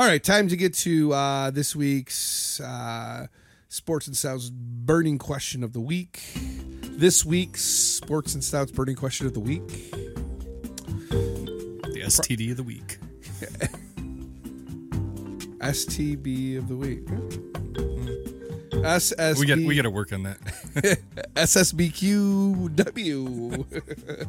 All right, time to get to uh, this week's uh, Sports and Stouts burning question of the week. This week's Sports and Stouts burning question of the week. The STD of the week. STB of the week. Hmm. SSB, We get we got to work on that. SSBQW.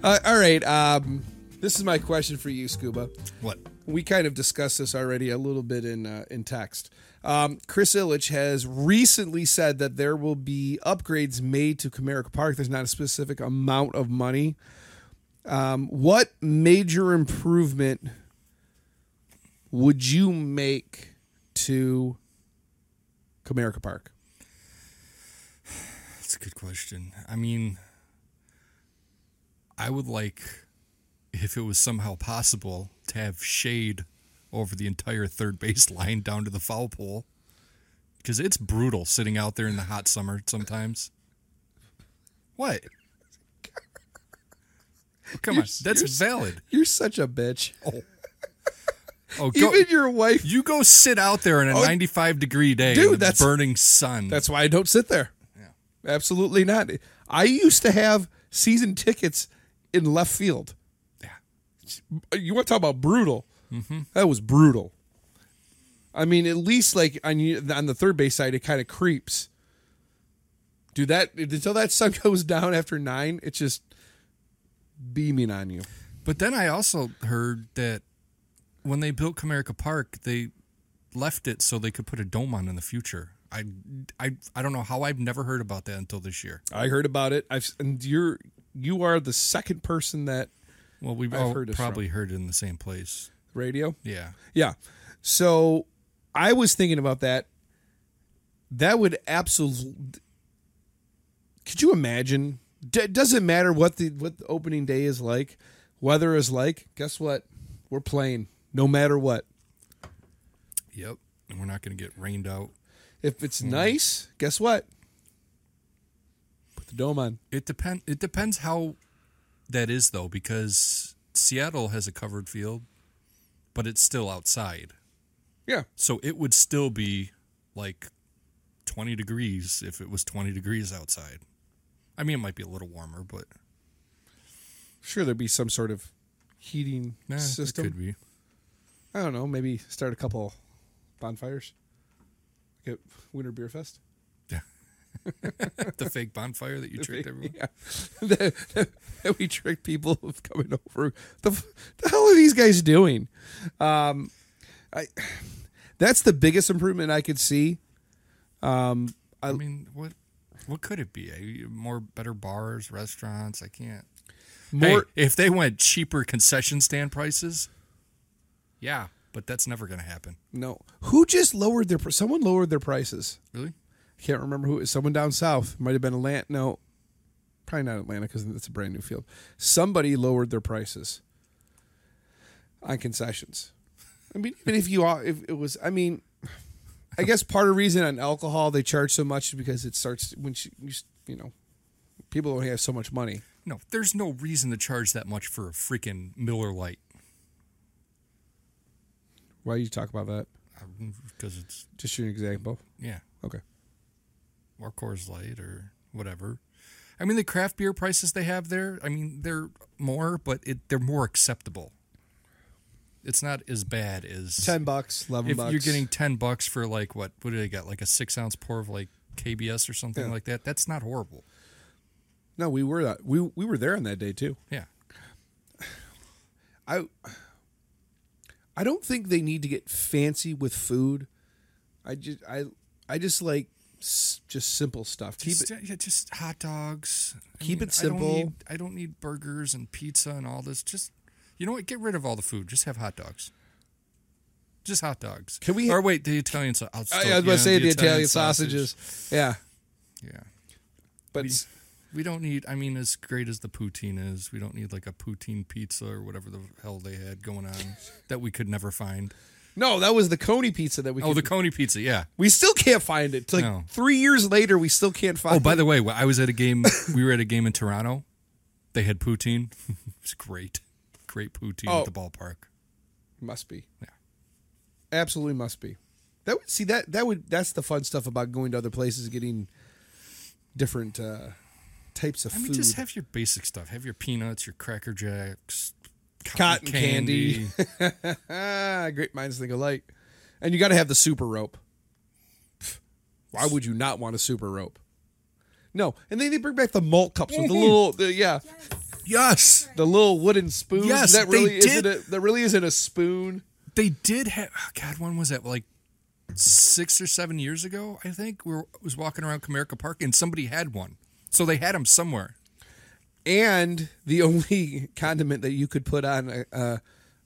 uh, all right. Um, this is my question for you, Scuba. What? We kind of discussed this already a little bit in uh, in text. Um, Chris Illich has recently said that there will be upgrades made to Comerica Park. There's not a specific amount of money. Um, what major improvement would you make to Comerica Park? That's a good question. I mean, I would like, if it was somehow possible, to have shade over the entire third base line down to the foul pole, because it's brutal sitting out there in the hot summer sometimes. What? Oh, Come on, that's valid. You're such a bitch. Oh, go, Even your wife. you go sit out there in a 95 degree day, Dude, in the that's- burning sun. That's why I don't sit there. Absolutely not. I used to have season tickets in left field. Yeah. You want to talk about brutal? That was brutal. I mean, at least like on you- on the third base side, it kind of creeps. Dude, that until that sun goes down after nine, it's just beaming on you. But then I also heard that when they built Comerica Park, they left it so they could put a dome on in the future. I, I, I don't know how I've never heard about that until this year. I heard about it. I've and you're you are the second person that Well, we've I've all heard this probably heard it in the same place. radio. Yeah. Yeah. So I was thinking about that. That would absolutely. Could you imagine? D- doesn't matter what the what the opening day is like, weather is like. Guess what? We're playing no matter what. Yep. And we're not going to get rained out. If it's Hmm. nice, guess what? Put the dome on. It depend. It depends how that is though, because Seattle has a covered field, but it's still outside. Yeah. So it would still be like 20 degrees if it was 20 degrees outside. I mean, it might be a little warmer, but Sure, there'd be some sort of heating nah, system. it could be. I don't know. Maybe start a couple bonfires. Like at Winter Beer Fest. the fake bonfire that you tricked everyone. Yeah. that, that- that we trick people of coming over. The, f- the hell are these guys doing? Um, I that's the biggest improvement I could see. I mean, what what could it be? Eh, More better bars, restaurants. I can't. More hey, if they went cheaper concession stand prices, yeah, but that's never going to happen. no, who just lowered their pr- someone lowered their prices. Really? I can't remember who it was. Someone down south might have been Atlanta. No, probably not Atlanta because it's a brand new field. Somebody lowered their prices on concessions. I mean, even if you are, if it was, I mean, I guess part of the reason on alcohol they charge so much is because it starts when you, you s- you know people only have so much money. No, there's no reason to charge that much for a freaking Miller Lite Why do you talk about that? because uh, it's Just an example. yeah. Okay. or Coors Light or whatever. I mean, the craft beer prices they have there, I mean, they're more, but it, they're more acceptable. It's not as bad as Ten bucks, eleven if bucks. you're getting ten bucks for like what? What do they got? Like a six ounce pour of like KBS or something Yeah. like that. That's not horrible. no, we were that we we were there on that day too. Yeah, I I don't think they need to get fancy with food. I just I I just like s- just simple stuff. Keep just, it. yeah, just hot dogs. I Keep mean, it I simple. don't, need, I don't need burgers and pizza and all this. Just you know what? Get rid of all the food. Just have hot dogs. Just hot dogs. Can we- Or wait, the Italian. So- I'll still- I, I was yeah, about to say the, Italian, sausages. Yeah, Yeah. but We- s- We don't need, I mean, as great as the poutine is, we don't need like a poutine pizza or whatever the hell they had going on that we could never find. no, that was the Coney pizza that we Oh, could- the Coney pizza, yeah. we still can't find it. It's Like No. three years later, we still can't find. Oh, by it. the way, I was at a game, we were at a game in Toronto. They had poutine. it's great. Great poutine Oh. at the ballpark. must be. Yeah. Absolutely must be. That would see that that would that's the fun stuff about going to other places, getting different uh, types of I mean, food. just have your basic stuff. Have your peanuts, your cracker jacks, Cotton candy. ah, great minds think alike. And you got to have the super rope. Pff, Why would you not want a super rope? No, and then they bring back the malt cups with the Mm-hmm. little, the, yeah, yes, the little wooden spoons. Yes, that they really isn't did. a, that really isn't a spoon. they did have. Oh God, when was that? Like six or seven years ago, I think. We were, was walking around Comerica Park, and somebody had one, so they had them somewhere. And the only condiment that you could put on a, a,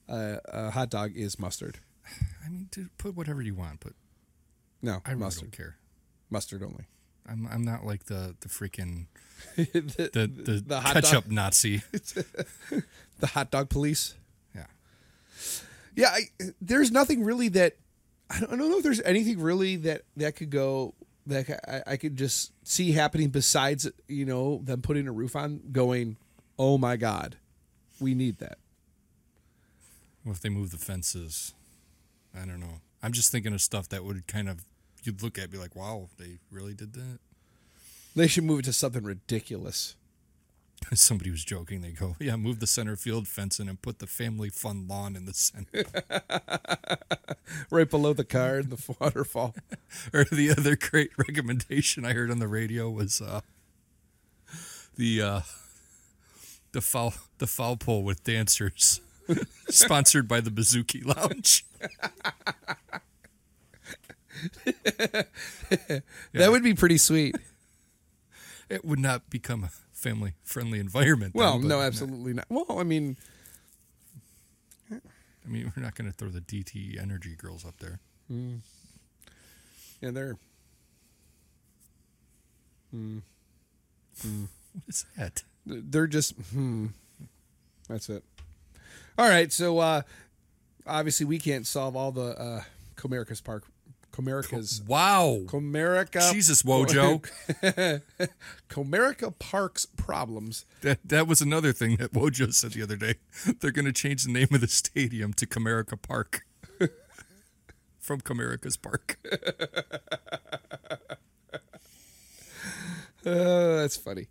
a, a hot dog is mustard. I mean, to put whatever you want, but No, I really don't mustard, care. mustard only. I'm I'm not like the the freaking the, the the, the hot dog- ketchup Nazi. the hot dog police. Yeah, Yeah, I, there's nothing really that I don't, I don't know if there's anything really that that could go that ca- I, I could just see happening besides you know them putting a roof on, going, oh my god, we need that. Well, if they move the fences, I don't know. I'm just thinking of stuff that would kind of you'd look at and be like, wow, they really did that. They should move it to something ridiculous. Somebody was joking. They go, yeah, move the center field fence in and put the family fun lawn in the center Right below the car and the waterfall. or the other great recommendation I heard on the radio was uh, the uh, the foul the foul pole with dancers, sponsored by the Bazooki Lounge. That would be pretty sweet. It would not become a family friendly environment. then, Well, but- no, absolutely not. Well, I mean, I mean, we're not going to throw the DT Energy girls up there. yeah, they're What is that? they're just hmm that's it all right so uh obviously we can't solve all the uh comerica's park comerica's Wow. comerica Jesus, Wojo. comerica parks problems That that was another thing that Wojo said the other day. They're going to change the name of the stadium to Comerica Park. From Comerica's Park. uh, that's funny